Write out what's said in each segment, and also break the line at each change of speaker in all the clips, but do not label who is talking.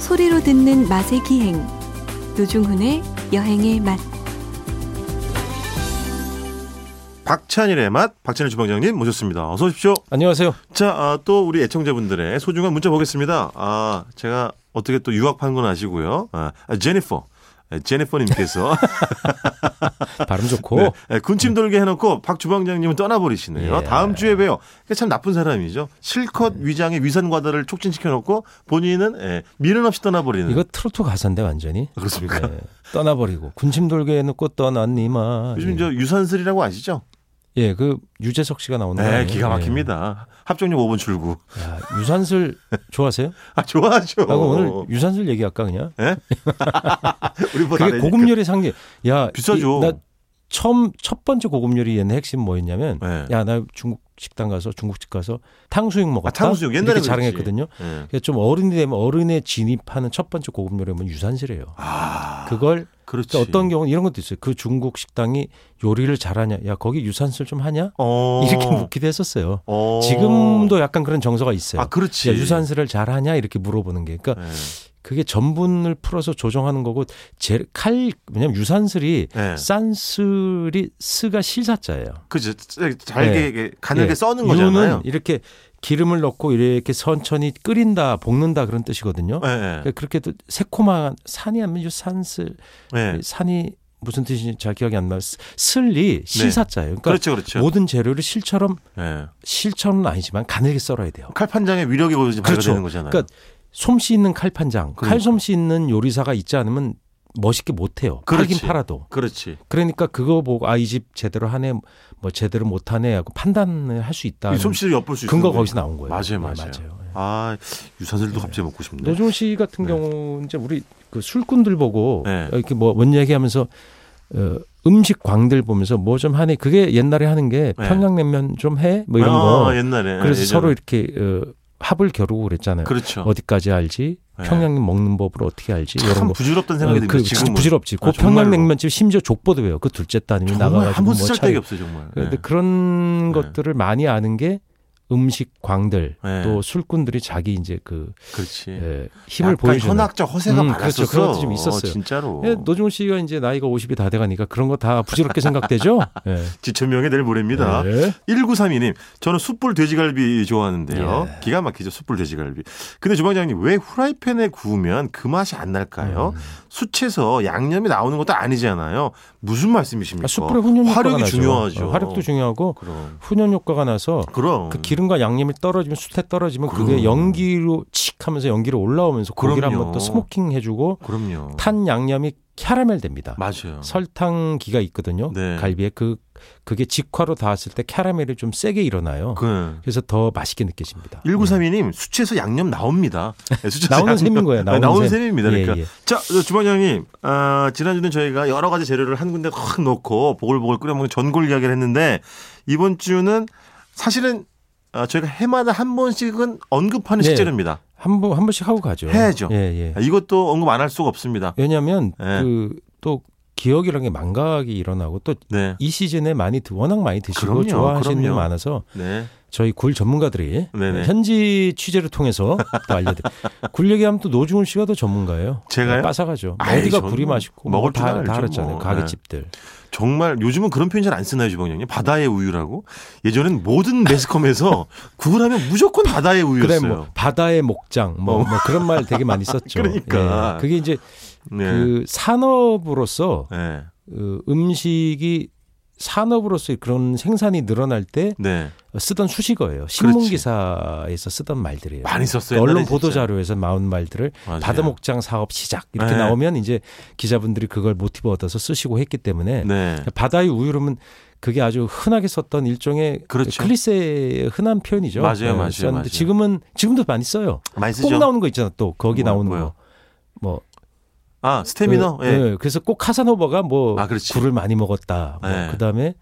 소리로 듣는 맛의 기행 노중훈의 여행의 맛
박찬일의 맛, 박찬일 주방장님 모셨습니다. 어서 오십시오.
안녕하세요.
자, 아, 또 우리 애청자분들의 소중한 문자 보겠습니다. 아, 제가 어떻게 또 유학한 건 아시고요. 아, 아, 제니퍼. 아, 제니퍼님께서
발음 좋고
네, 네, 군침 돌게 해놓고 박 주방장님은 떠나버리시네요.
예.
다음 주에 봬요. 그참 나쁜 사람이죠. 실컷 위장의 위산 과다를 촉진시켜놓고 본인은 예, 미련 없이 떠나버리는. 아,
이거 트로트 가사인데 완전히
그렇습니까?
네, 떠나버리고 군침 돌게 해놓고 떠난 니마.
요즘 저 유산슬이라고 아시죠?
예, 그 유재석 씨가 나오는 거
네,
아니에요?
기가 막힙니다. 합정역 5번 출구.
예. 야, 유산슬 좋아하세요?
아, 좋아하죠.
아, 그럼 오늘 유산슬 얘기할까 그냥?
예? 우리 뭐
그게 고급요리 상계. 야,
비싸죠.
이- 나 처음 첫 번째 고급요리 옛날 핵심 뭐였냐면,
네.
야 나 중국 식당 가서 중국집 가서 탕수육 먹었다.
아, 탕수육. 옛날에
이렇게
그랬지.
자랑했거든요.
예.
그래서 좀 어른이 되면 어른에 진입하는 첫 번째 고급 요리는 유산슬이에요.
아,
그걸
그렇지.
또 그러니까 어떤 경우는 이런 것도 있어요. 그 중국 식당이 요리를 잘하냐? 야 거기 유산슬 좀 하냐?
어.
이렇게 뭐 묻기도 했었어요.
어.
지금도 약간 그런 정서가 있어요.
아, 그렇지.
야, 유산슬을 잘하냐 이렇게 물어보는 게. 그러니까
예.
그게 전분을 풀어서 조정하는 거고 제, 칼 왜냐면 유산슬이
예.
산슬이 스가 실사자예요.
그죠. 잘게 가늘게
예.
써는 거잖아요.
유는 이렇게 기름을 넣고 이렇게 천천히 끓인다, 볶는다 그런 뜻이거든요.
예.
그러니까 그렇게 또 새콤한 산이 아니면 유산슬
예.
산이 무슨 뜻인지 잘 기억이 안 나요. 스- 슬리 실사자예요. 그러니까
그렇죠, 그렇죠.
모든 재료를 실처럼
예.
실처럼은 아니지만 가늘게 썰어야 돼요.
칼판장의 위력이 거기서
그렇죠.
발휘되는 거잖아요.
그러니까 솜씨 있는 칼판장,
그러니까.
칼솜씨 있는 요리사가 있지 않으면 멋있게 못해요.
그렇지.
팔긴 팔아도.
그렇지.
그러니까 그거 보고 아 이 집 제대로 하네, 뭐 제대로 못하네 하고 판단을 할 수 있다.
이 솜씨를 엿볼 수 있는
근거
거예요.
거기서 나온 거예요.
맞아요,
네,
맞아요.
맞아요.
아, 유산슬도 갑자기 먹고 싶네.
노종 씨 같은
네.
경우 이제 우리 그 술꾼들 보고
네.
이렇게 뭐뭔 얘기하면서 어, 음식 광들 보면서 뭐 좀 하네. 그게 옛날에 하는 게
네.
평양냉면 좀 해. 뭐 이런
아,
거.
옛날에.
그래서
예전에.
서로 이렇게 어, 합을 겨루고 그랬잖아요.
그렇죠.
어디까지 알지?
네.
평양냉 먹는 법을 어떻게 알지? 이런
참
거.
부질없다는 생각이
어,
듭니다.
그
지금
부질없지. 그
아, 정말로.
평양냉면집 심지어 족보도 왜요. 그 둘째 따님이
정말
나가가지고
아무
뭐
쓸데기
차이.
없어요, 정말.
그런데
예. 네.
그런 것들을 많이 아는 게 음식 광들
네.
그 또 술꾼들이 자기 이제 그
그렇지.
예, 힘을
약간
보여주는.
현학적 허세가
음,
많았었어.
그렇죠. 그런 것도 좀 있었어요.
어, 진짜로.
예, 노중훈 씨가 이제 나이가 50이 다 돼가니까 그런 거 다 부질없게 생각되죠. 예.
지천명의 내일 모레입니다.
예.
1932님, 저는 숯불 돼지갈비 좋아하는데요.
예.
기가 막히죠, 숯불 돼지갈비. 근데 주방장님, 왜 후라이팬에 구우면 그 맛이 안 날까요?
음.
숯에서 양념이 나오는 것도 아니잖아요. 무슨 말씀이십니까?
아, 숯불에 훈연 효과가
그러니까 화력이
나죠.
중요하죠.
어, 화력도 중요하고
그럼.
훈연 효과가 나서
그럼.
그 기름과 양념이 떨어지면 숯에 떨어지면
음. 그럼.
그게 연기로 칙 하면서 연기로 올라오면서 고기를
그럼요.
한번 또 스모킹 해주고
그럼요.
탄 양념이 캐러멜 됩니다.
맞아요.
설탕기가 있거든요.
네.
갈비에 그 그게 직화로 닿았을 때 캐러멜이 좀 세게 일어나요. 그...
그
래서더 맛있게 느껴집니다.
1932님, 숯에서 양념 나옵니다. 네, 숯에서
네. 나오는 셈인 거예요.
네,
나오는,
나오는
셈.
셈입니다. 그러니까
예, 예.
자, 주방장님, 아, 지난주는 저희가 여러 가지 재료를 한 군데 확 넣고 보글보글 끓여먹는 전골 이야기를 했는데 이번 주는 사실은 아, 저희가 해마다 한 번씩은 언급하는
네.
식재료입니다.
한 번, 한 번씩 하고 가죠.
해야죠.
예, 예.
아, 이것도 언급 안 할 수가 없습니다.
왜냐하면
예.
그 또 기억이라는 게 망각이 일어나고 또 이
네,
시즌에 많이 드- 워낙 많이 드시고
그럼요,
좋아하시는 분이
그럼요.
많아서
네,
저희 굴 전문가들이
네네.
현지 취재를 통해서 또 알려드. 굴 얘기하면 또 노중훈 씨가 더 전문가예요. 네,
제가요?
빠삭하죠.
아이,
어디가
저는
굴이 맛있고
먹을 줄
뭐다
알죠,
다 알았잖아요.
뭐.
가게집들.
정말 요즘은 그런 표현 잘 안 쓰나요, 주방장님? 바다의 우유라고 예전엔 모든 매스컴에서 구글하면 무조건 바다의
그래
우유였어요.
뭐 바다의 목장 뭐,
어.
뭐 그런 말 되게 많이 썼죠.
그러니까.
예. 그게 이제
네.
그 산업으로서
네,
어, 음식이 산업으로서 그런 생산이 늘어날 때
네.
쓰던 수식어예요. 신문
그렇지.
기사에서 쓰던 말들이에요.
많이 썼어요.
언론
옛날에 진짜.
보도 자료에서 나온 말들을
맞아요.
바다 목장 사업 시작 이렇게
네.
나오면 이제 기자분들이 그걸 모티브 얻어서 쓰시고 했기 때문에
네.
바다의 우유름은 그게 아주 흔하게 썼던 일종의
그렇죠.
클리셰의 흔한 표현이죠.
맞아요,
네,
맞아요,
썼는데
맞아요.
지금은 지금도 많이 써요.
많이 쓰죠.
꼭 나오는 거 있잖아. 또 거기
뭐요,
나오는
뭐요?
거. 뭐
아, 스테미너?
그,
예.
예, 그래서 꼭 카사노버가 뭐
아, 그렇지.
굴을 많이 먹었다. 뭐
네.
그다음에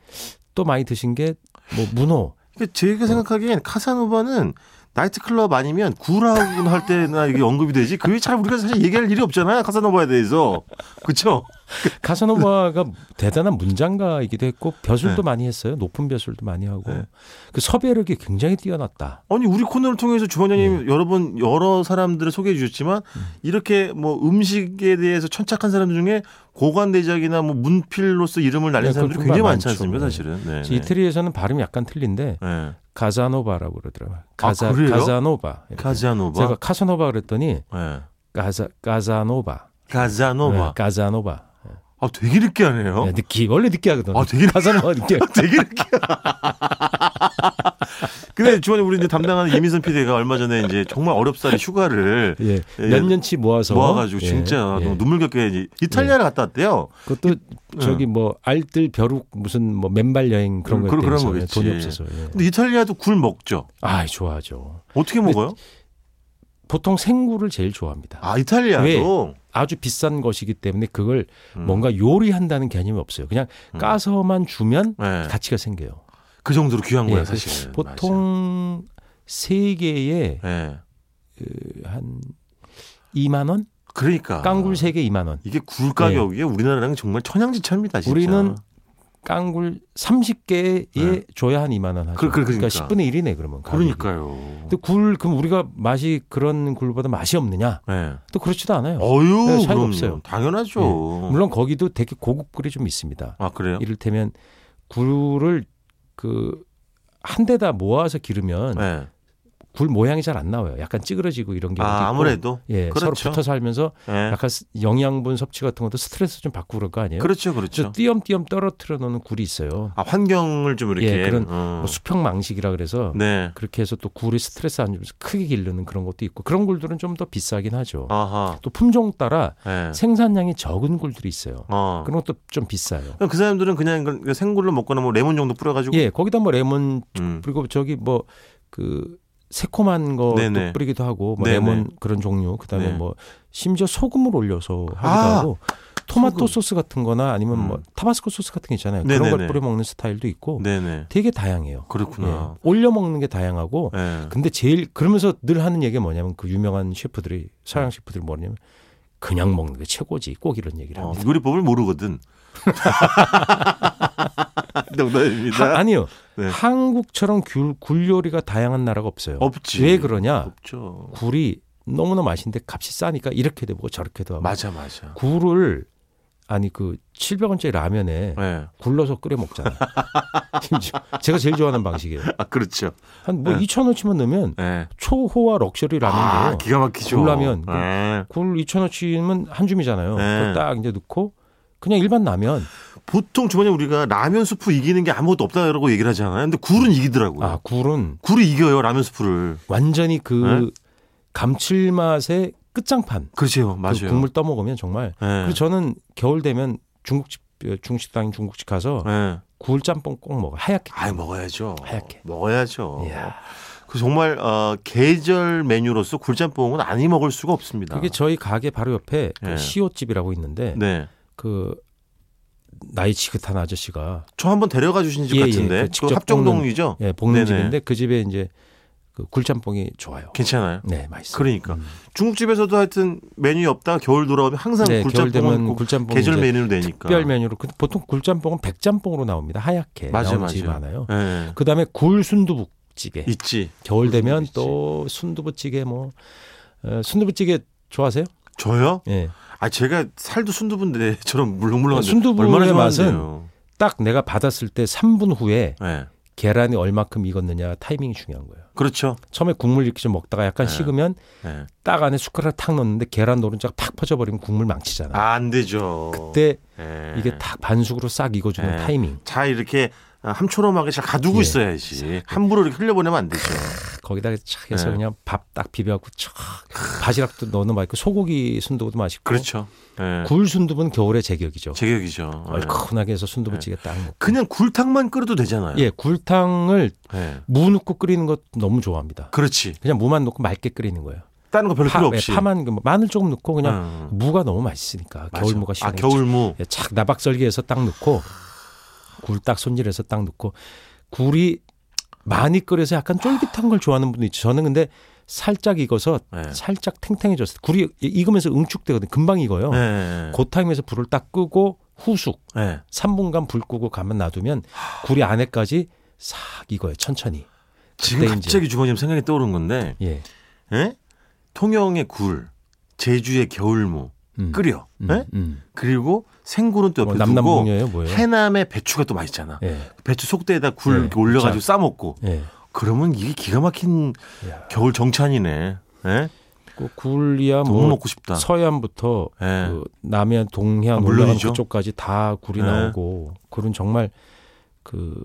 또 많이 드신 게 뭐 문어.
그러니까 제가 생각하기엔 카사노바는 나이트클럽 아니면 구라군 할 때나 이게 언급이 되지. 그게 잘 우리가 사실 얘기할 일이 없잖아요. 카사노바에 대해서. 그쵸?
카사노바가 대단한 문장가이기도 했고
네.
벼슬도 많이 했어요. 높은 벼슬도 많이 하고
네.
그 섭외력이 굉장히 뛰어났다.
아니 우리 코너를 통해서 주원장님
네.
여러 번 여러 사람들을 소개해 주셨지만
음.
이렇게 뭐 음식에 대해서 천착한 사람 중에 고관대작이나 뭐 문필로서 이름을 날린
네,
사람들이
그건
굉장히
많-
많지
많죠.
않습니까
네.
사실은. 네.
그래서
네.
이태리에서는 발음이 약간 틀린데
네.
가자노바라고 그러더라고요. 가자
아, 그래요?
가자노바. 이렇게.
가자노바.
제가 카사노바 그랬더니
네.
가자 가자노바.
가자노바.
네, 가자노바.
아 되게 느끼하네요.
네, 느끼 원래 느끼하거든.
아 되게
가자노바 느끼.
되게 느끼하. 근데 주원님 우리 이제 담당하는 이민선 PD가 얼마 전에 이제 정말 어렵사리 휴가를
예.
예,
몇 년치 모아서
모아가지고
예,
진짜
예.
너무 예. 눈물겹게 이제 이탈리아를 갔다 왔대요.
그것도 저기 뭐 알뜰 벼룩 무슨 뭐 맨발 여행 그런
음, 그런-
거
그런
때문에
거겠지.
돈이 없어서. 예.
근데 이탈리아도 굴 먹죠.
아, 좋아하죠.
어떻게
근데
먹어요?
보통 생굴을 제일 좋아합니다.
아 이탈리아도
아주 비싼 것이기 때문에 그걸
음.
뭔가 요리한다는 개념이 없어요. 그냥
음.
까서만 주면
네.
가치가 생겨요.
그 정도로 귀한
예,
거야
그래서
사실.
보통 세 개에 그
맞아. 예.
한 2만 원?
그러니까
깡굴 세 개 2만 원.
이게 굴 가격이 우리나라랑 정말 천양지차입니다. 진짜.
우리는 깡굴 30개에
네.
줘야 한 2만 원 하죠.
그- 그- 그러니까.
그러니까 10분의 1이네 그러면. 가격이.
그러니까요.
근데 굴 그럼 우리가 맛이 그런 굴보다 맛이 없느냐?
예.
또 그렇지도 않아요.
어유
네, 차이가
그럼
없어요. 예.
당연하죠.
물론 거기도 되게 고급 굴이 좀 있습니다.
아 그래요?
이를테면 굴을 그 한 대다 모아서 기르면
예.
굴 모양이 잘 안 나와요. 약간 찌그러지고 이런 게
아 아무래도
예, 서로
그렇죠.
붙어 살면서
예.
약간 스- 영양분 섭취 같은 것도 스트레스 좀 받고 그럴 거 아니에요.
그렇죠,
그래서
그렇죠.
띄엄띄엄 떨어뜨려 놓는 굴이 있어요.
아 환경을 좀 이렇게
예, 그런
어.
뭐 수평망식이라 그래서
네.
그렇게 해서 또 굴이 스트레스 안 주면서 크게 기르는 그런 것도 있고 그런 굴들은 좀 더 비싸긴 하죠.
아하.
또 품종 따라
예.
생산량이 적은 굴들이 있어요.
어.
그런 것도 좀 비싸요.
그럼 그 사람들은 그냥 그 생굴로 먹거나 뭐 레몬 정도 뿌려가지고
예, 거기다 뭐 레몬
음.
그리고 저기 뭐 그 새콤한 거
네네.
뿌리기도 하고 뭐
네네.
레몬 그런 종류 그다음에
네.
뭐 심지어 소금을 올려서 하기도
아,
하고
소금.
토마토 소스 같은 거나 아니면 뭐
음.
타바스코 소스 같은 게 있잖아요. 그런
네네네.
걸 뿌려 먹는 스타일도 있고
네네.
되게 다양해요.
그렇구나.
예. 올려 먹는 게 다양하고
예.
근데 제일 그러면서 늘 하는 얘기가 뭐냐면 그 유명한 셰프들이 서양
네.
셰프들이 뭐냐면 그냥 먹는 게 최고지 꼭 이런 얘기를
어,
합니다.
요리법을 모르거든.
하-
농담입니다.
아니요.
네.
한국처럼 귤, 굴 요리가 다양한 나라가 없어요.
없지.
왜 그러냐?
없죠.
굴이 너무나 맛있는데 값이 싸니까 이렇게도 하고 저렇게도 하고.
맞아, 맞아.
굴을 아니 그 700원짜리 라면에
예.
굴러서 끓여 먹잖아요. 심지어 제가 제일 좋아하는 방식이에요.
아, 그렇죠.
한 뭐
네.
2,000원치만 넣으면
예.
초호화 럭셔리
아,
라면이에요.
기가 막히죠.
굴라면.
예.
굴 2,000원치면 한 줌이잖아요.
네.
그걸 딱 이제 넣고 그냥 일반 라면.
보통 주머니 우리가 라면 수프 이기는 게 아무것도 없다라고 얘기를 하잖아요. 근데 굴은 이기더라고요.
아, 굴은
굴이 이겨요, 라면 수프를.
완전히 그
네?
감칠맛의 끝장판.
그렇죠.
그
맞아요.
국물 떠 먹으면 정말
예.
그리고 저는 겨울 되면 중국집 중식당 중국집 가서
예.
굴 짬뽕 꼭 먹어. 하얗게.
아이, 먹어야죠.
하얗게.
먹어야죠.
이야.
그 정말 어, 계절 메뉴로서 굴짬뽕은 아니 먹을 수가 없습니다.
그게 저희 가게 바로 옆에
예.
그 시옷집이라고 있는데
네.
그 나이 지긋한 아저씨가
저 한번 데려가 주신 집
예, 예.
같은데.
그
그
직접
합정동이죠?
예, 볶는
네네.
집인데 그 집에 이제 그 굴짬뽕이 좋아요.
괜찮아요.
네, 맛있어요.
그러니까.
음.
중국집에서도 하여튼 메뉴 없다 계절 돌아오면 항상
네, 겨울
굴짬뽕은
되면
꼭
굴짬뽕
계절
이제
메뉴로 되니까.
특별 메뉴로 근데 보통 굴짬뽕은 백짬뽕으로 나옵니다. 하얗게
맞아요,
나오는 집이
맞아요.
많아요.
예.
그다음에 굴 순두부찌개.
있지.
겨울 되면
순두부찌개.
또 순두부찌개 뭐 어, 순두부찌개 좋아하세요?
저요?
예.
아 제가 살도 순두부인데처럼 물렁물렁한데
아, 순두부의
얼마나
맛은
좋아하는데요.
딱 내가 받았을 때 3분 후에
예.
계란이 얼마큼 익었느냐 타이밍이 중요한 거예요.
그렇죠.
처음에 국물 이렇게 좀 먹다가 약간
네.
식으면
예.
딱 안에 숟가락 탁 넣는데 계란 노른자가 팍 퍼져버리면 국물 망치잖아. 요
아, 안 되죠.
그때
예.
이게 딱 반숙으로 싹 익어주는
네.
타이밍.
잘 이렇게 아, 함초롬하게 잘 가두고
예.
있어야지. 함부로 이렇게 흘려보내면 안 되죠.
거기다가 착 해서
네.
그냥 밥 딱 비벼갖고 촥 바지락도 넣는 맛있고 소고기 순두부도 맛있고
그렇죠. 예.
굴 순두부는 겨울의 제격이죠.
제격이죠.
아,
예.
얼큰하게 해서 순두부찌개 딱 먹고.
그냥 굴탕만 끓여도 되잖아요.
예, 굴탕을
예.
무 넣고 끓이는 것 너무 좋아합니다.
그렇지.
그냥 무만 넣고 맑게 끓이는 거예요.
다른 거 별로
파,
필요
예,
없이.
파만 그 마늘 조금 넣고 그냥
음.
무가 너무 맛있으니까
맞아.
겨울무가
아,
시원해.
겨울무.
예, 착 나박썰기해서 딱 넣고 굴 딱 손질해서 딱 넣고 굴이 많이 끓여서 약간 쫄깃한 걸 좋아하는 분도 있죠. 저는 근데 살짝 익어서
네.
살짝 탱탱해졌을 때 굴이 이- 익으면서 응축되거든. 금방 익어요.
네.
그 타임에서 불을 딱 끄고 후숙
네.
3분간 불 끄고 가만 놔두면 굴이 안에까지 싹 익어요. 천천히.
지금
그때 이제-
갑자기 주머니에 생각이 떠오른 건데
예.
예? 통영의 굴, 제주의 겨울무
음.
끓여.
음,
예?
음.
그리고 생굴은 또 옆에
뭐
두고
남남봉이에요, 뭐예요?
해남의 배추가 또 맛있잖아.
예.
배추 속대에다 굴
네,
이렇게 올려가지고 싸 먹고
예.
그러면 이게 기가 막힌
야.
겨울 정찬이네. 예?
그 굴이야
너무
뭐
먹고 싶다.
서해안부터
예.
그 남해안 동해안
아,
올라가는
물론이죠.
그쪽까지 다 굴이
네.
나오고 그런 정말 그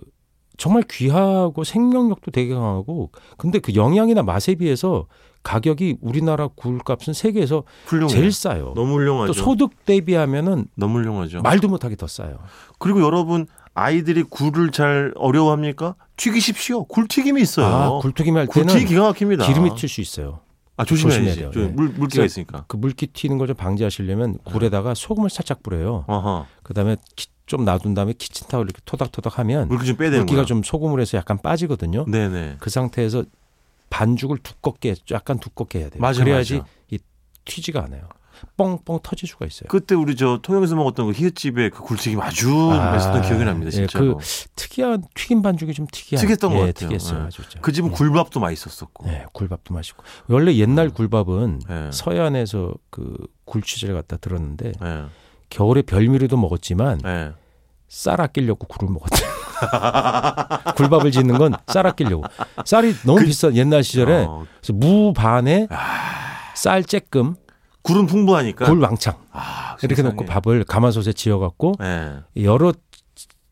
정말 귀하고 생명력도 되게 강하고 근데 그 영양이나 맛에 비해서 가격이 우리나라 굴값은 세계에서
훌륭해.
제일 싸요.
너무
또
훌륭하죠. 그렇죠.
소득 대비하면은
너무 훌륭하죠.
말도 못하게 더 싸요.
그리고 여러분 아이들이 굴을 잘 어려워합니까? 튀기십시오. 굴 튀김이 있어요.
아, 굴튀김 할 때는
굴튀기 기가 막힙니다.
기름이 튈 수 있어요.
아 조심해야지.
조심해야 돼요.
저
네.
물 물기가
그래서-
있으니까.
그 물기 튀는 걸 좀 방지하시려면 굴에다가 소금을 살짝 뿌려요.
어허.
그다음에 키- 좀 놔둔 다음에 키친타올 이렇게 토닥토닥 하면
물기 좀 빼야 되는
물기가
거야. 음.
좀 소금을 해서 약간 빠지거든요.
네네.
그 상태에서 반죽을 두껍게 약간 두껍게 해야 돼요.
맞아,
그래야지
맞아.
이 튀지가 않아요. 뻥뻥 터질 수가 있어요.
그때 우리 저 통영에서 먹었던 그 히읗집의 그 굴튀김 아주
아,
맛있었던 기억이 납니다.
예,
진짜로. 그,
특이한 튀김 반죽이 좀 특이한.
특이했던 것
예,
같아요.
특이했어요.
예.
아주 진짜.
집은
예.
굴밥도 맛있었었고.
예, 굴밥도 맛있고 원래 옛날 굴밥은
음. 예.
서해안에서 그 굴 취재를 갖다 들었는데
예.
겨울에 별미리도 먹었지만
예.
쌀 아끼려고 굴을 먹었대요. 굴밥을 짓는 건 쌀 아끼려고. 쌀이 너무 비싼 옛날 시절에
그 어, 아.
그래서 무 반에 쌀 쬐끔
굴은 풍부하니까.
굴 왕창
그 아,
이렇게
세상에.
놓고 밥을 가마솥에 지어갖고
예.
여러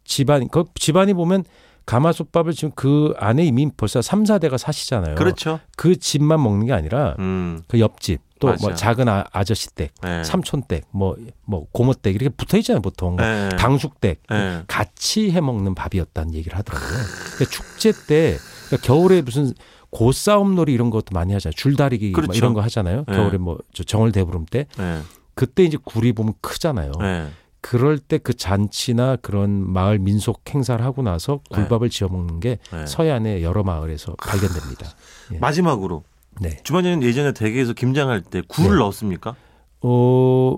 집안 그 집안이 보면 가마솥밥을 지금 그 안에 이미 벌써 3, 4대가 사시잖아요.
그렇죠.
그 집만 먹는 게 아니라
음.
그 옆집 또
맞아요.
뭐 작은 아, 아저씨 댁,
예.
삼촌 댁, 뭐 뭐 고모 댁 이렇게 붙어 있잖아요 보통
예.
당숙 댁
예.
같이 해 먹는 밥이었다는 얘기를 하더라고요. 그러니까 축제 때 그러니까 겨울에 무슨 고싸움놀이 이런 것도 많이 하잖아요. 줄다리기 막
그렇죠.
이런 거 하잖아요.
예.
겨울에 뭐 저 정월 대보름 때
예.
그때 이제 굴이 보면 크잖아요.
예.
그럴 때 그 잔치나 그런 마을 민속 행사를 하고 나서
네.
굴밥을 지어 먹는 게
예.
서해안의 여러 마을에서 발견됩니다.
아.
예.
마지막으로
네.
주방장님 예전에 댁에서 김장할 때 굴을
네.
넣었습니까?
어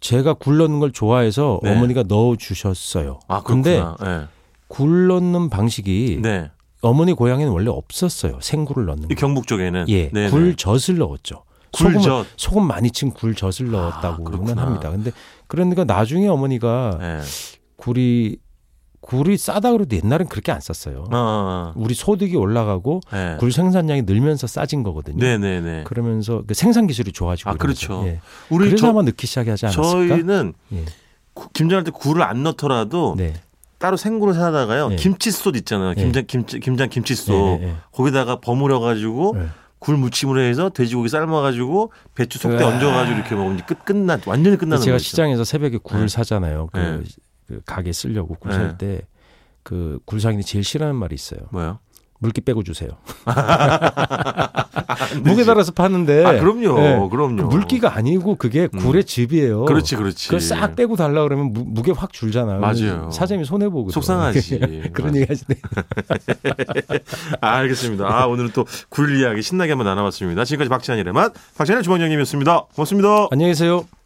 제가 굴 넣는 걸 좋아해서
네.
어머니가 넣어 주셨어요.
아,
근데
그렇구나.
굴 넣는
예.
방식이
네.
어머니 고향에는 원래 없었어요. 생굴을 넣는
이
거.
경북 쪽에는
예.
네네.
굴젖을 넣었죠.
굴젓. 아,
소금을- 소금 많이 친 굴젖을 넣었다고는
그렇구나.
합니다. 근데 그러니까 나중에 어머니가
예.
굴이 굴이 싸다 그래도 옛날엔 그렇게 안 쌌어요.
어, 어,
우리 소득이 올라가고
어. 예.
굴 생산량이 늘면서 싸진 거거든요.
네네네.
그러면서 그 생산 기술이 좋아지고
아,
그러면서.
그렇죠.
예.
우리
그래서
저,
아마 넣기 시작하지 않았을까?
저희는
예.
구- 김장할 때 굴을 안 넣더라도
네.
따로 생굴을 사다가요
네.
김칫솥 있잖아요.
네.
김장 김치 김장 김칫솥
예, 예,
거기다가 버무려 가지고
예.
굴 무침으로 해서 돼지고기 삶아 가지고 배추 속대
으아.
얹어 가지고 이렇게 먹으면 이제 끝 끝나 완전히 끝나는
네. 제가
거죠.
시장에서 새벽에
네.
굴을 사잖아요. 그,
네.
그 가게 쓰려고 굴 살 때. 그 굴상인이 제일 싫어하는 말이 있어요.
뭐요?
물기 빼고 주세요. 목에 달아서 파는데
아 그럼요.
예. 그
그럼요.
물기가 아니고 그게 굴의 즙이에요.
그렇지 그렇지.
그걸 싹 빼고 달라 그러면 무, 무게 확 줄잖아요.
맞아요.
사장님이 손해 보거든요.
속상하지.
그런
맞아.
얘기 하시네.
아, 알겠습니다. 아, 오늘은 또 굴 이야기 신나게 한번 나눠봤습니다. 지금까지 박찬일의 맛, 박찬일 주방장님이었습니다. 고맙습니다.
안녕히 계세요.